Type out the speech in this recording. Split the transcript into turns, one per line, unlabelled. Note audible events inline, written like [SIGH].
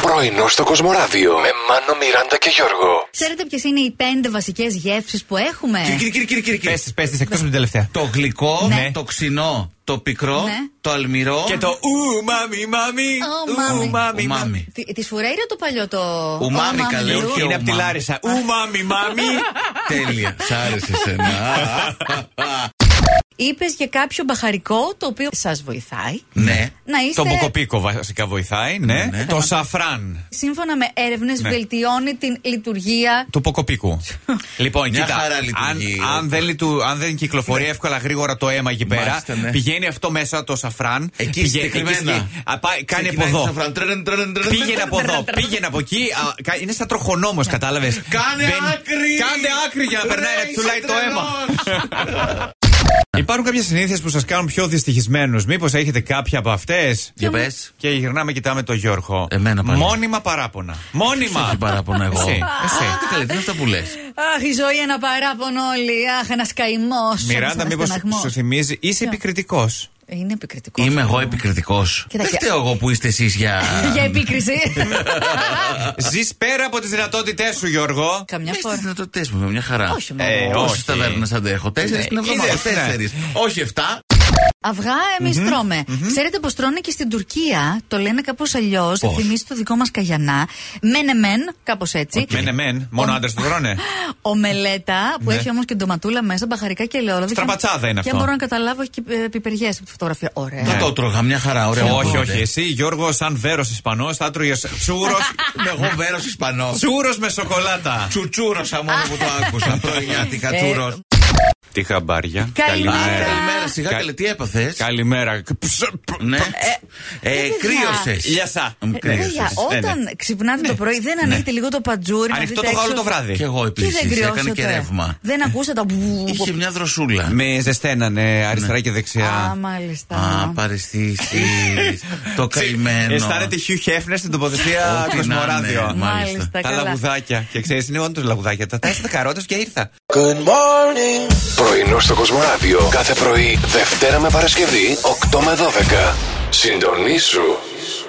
Πρωινό στο Κοσμοράδιο με Μάνο, Μιράντα και Γιώργο.
Ξέρετε ποιες είναι οι πέντε βασικές γεύσεις που έχουμε.
Πε τη, πε τη, εκτός από την τελευταία.
Ε. Το γλυκό,
Ναι.
το ξινό, το πικρό,
Ναι.
το αλμυρό.
Και το ου, μάμι, μάμι,
Ω, μάμι.
ου, μάμι, μάμι.
Ουμάμι.
Τι- Της φουρέιρα το παλιό το.
Ουμάμι,
Ω,
καλέ,
μαμιού.
όχι
Είναι από τη
Ου, μάμι.
Λάρισα. Ου, μάμι, μάμι. [LAUGHS]
Τέλεια. Σ' άρεσε εσένα.
Είπες για κάποιο μπαχαρικό το οποίο σας βοηθάει
ναι.
να είστε.
Το μποκοπίκο βασικά βοηθάει, ναι. Το σαφράν
Σύμφωνα με έρευνες,
Ναι.
βελτιώνει την λειτουργία.
του
[LAUGHS]
ποκοπίκου. λοιπόν,
Μια
κοίτα.
χαρά
αν,
λειτουργεί.
αν, δεν, λειτου- αν δεν κυκλοφορεί εύκολα γρήγορα το αίμα εκεί πέρα,
Μάλιστα, ναι.
πηγαίνει αυτό μέσα το σαφράν.
Εκεί
πηγαίνει-
συγκεκριμένα.
εκεί συγκεκρι- Α, πάει- Κάνει από
Ξεκινάει
εδώ.
σαν φραν- τρεν, τρεν, τρεν,
[LAUGHS] Πήγαινε
τρεν,
από εδώ, πήγαινε από εκεί. α, κα- Είναι σαν τροχονόμος, κατάλαβες.
Κάνε άκρη!
Κάντε Ναι. άκρη για να περνάει,
Ρε,
να τσουλάει
είσαι
το αίμα.
τρελός!
Ναι. Υπάρχουν κάποιες συνήθειες που σας κάνουν πιο δυστυχισμένους. Μήπως έχετε κάποια από αυτές.
[LAUGHS] Για πες.
Και γυρνάμε, κοιτάμε το Γιώργο.
Εμένα πάλι.
Μόνιμα παράπονα. Μόνιμα.
Τι παράπονο εγώ.
Εσύ, εσύ.
Άντε καλέ, τι είναι αυτά που λες.
Αχ, η ζωή ένα παράπονο όλοι. Αχ, ένας καημός.
Μιράντα, μήπω σου θυμίζει, είσαι επικριτικός.
Είναι επικριτικός.
Είμαι εγώ επικριτικός. Δεν
και-
φταίω εγώ που είστε εσείς [LAUGHS] για.
Για
[LAUGHS]
επίκριση.
Ζεις πέρα από τις δυνατότητε σου, Γιώργο.
Καμιά
Μια φορά.
φορά.
δυνατότητές μου, με μια χαρά.
Όχι, μόνο.
Ε,
Όσε
όχι.
ταβέρνες αντέχω. Τέσσερις
Ναι,
την εβδομάδα.
είδες, ναι.
Τέσσερις. Όχι εφτά.
Αυγά εμείς τρώμε. Ξέρετε πως τρώνε και στην Τουρκία, το λένε κάπως αλλιώς.
Πώς?
Θυμίζει το δικό μας καγιανά. Μένε μεν, κάπως έτσι.
Μένε μεν, μόνο άντρες το τρώνε.
Ομελέτα που
Ναι.
έχει όμως και ντοματούλα μέσα, μπαχαρικά και ελαιόλαδο.
Στραπατσάδα είναι
Και
αυτό. Ναι,
αν μπορώ να καταλάβω, έχει και ε, πιπεριές από τη φωτογραφία. Ωραία.
Θα το τρώγα μια χαρά, ωραία.
Ε, Όχι,
Οπότε.
όχι. Εσύ, Γιώργος, σαν βέρος Ισπανός, θα τρώγες τσούρος.
Είμαι εγώ βέρος Ισπανός.
Τσούρος με σοκολάτα.
Τσουτσούρωσα μόνο που το άκουσα. Πρωινιάτικα
Ε,
τσούρο.
Τι χαμπάρια.
Καλημέρα.
Καλημέρα.
Καλημέρα, σιγά
Κα-
καλέ, τι έπαθες.
Καλημέρα.
Ναι. Ε,
παιδιά.
Κρύωσες.
Λιασά.
Μ,
Ρε,
Ε, κρύωσες.
Παιδιά,
ναι,
όταν
ναι.
ξυπνάτε το πρωί, δεν ανοίγετε λίγο το παντζούρι. να
Ανοιχτό
δείτε
το
έξω.
γάλο το βράδυ.
Κι εγώ
Και δεν
επίσης. Έκανε
κρυώσατε.
και ρεύμα.
Δεν ακούσατε.
Είχε μια δροσούλα.
Με ζεσταίνανε
Ναι.
αριστερά και
Α,
δεξιά.
μάλιστα.
Α, ε, παρεστήσει. [LAUGHS] Το καημένο.
Αισθάνεται Χιου Χέφνερ στην τοποθεσία
Ό,τι να είναι,
Κοσμοράδιο.
μάλιστα.
Μάλιστα,
Τα
καλά.
λαγουδάκια. Και ξέρεις, είναι όντως λαγουδάκια. Τα τάσσερα καρότες και ήρθα.
Πρωινό στο Κοσμοράδιο κάθε πρωί, Δευτέρα με Παρασκευή, 8 με 12. Συντονίσου.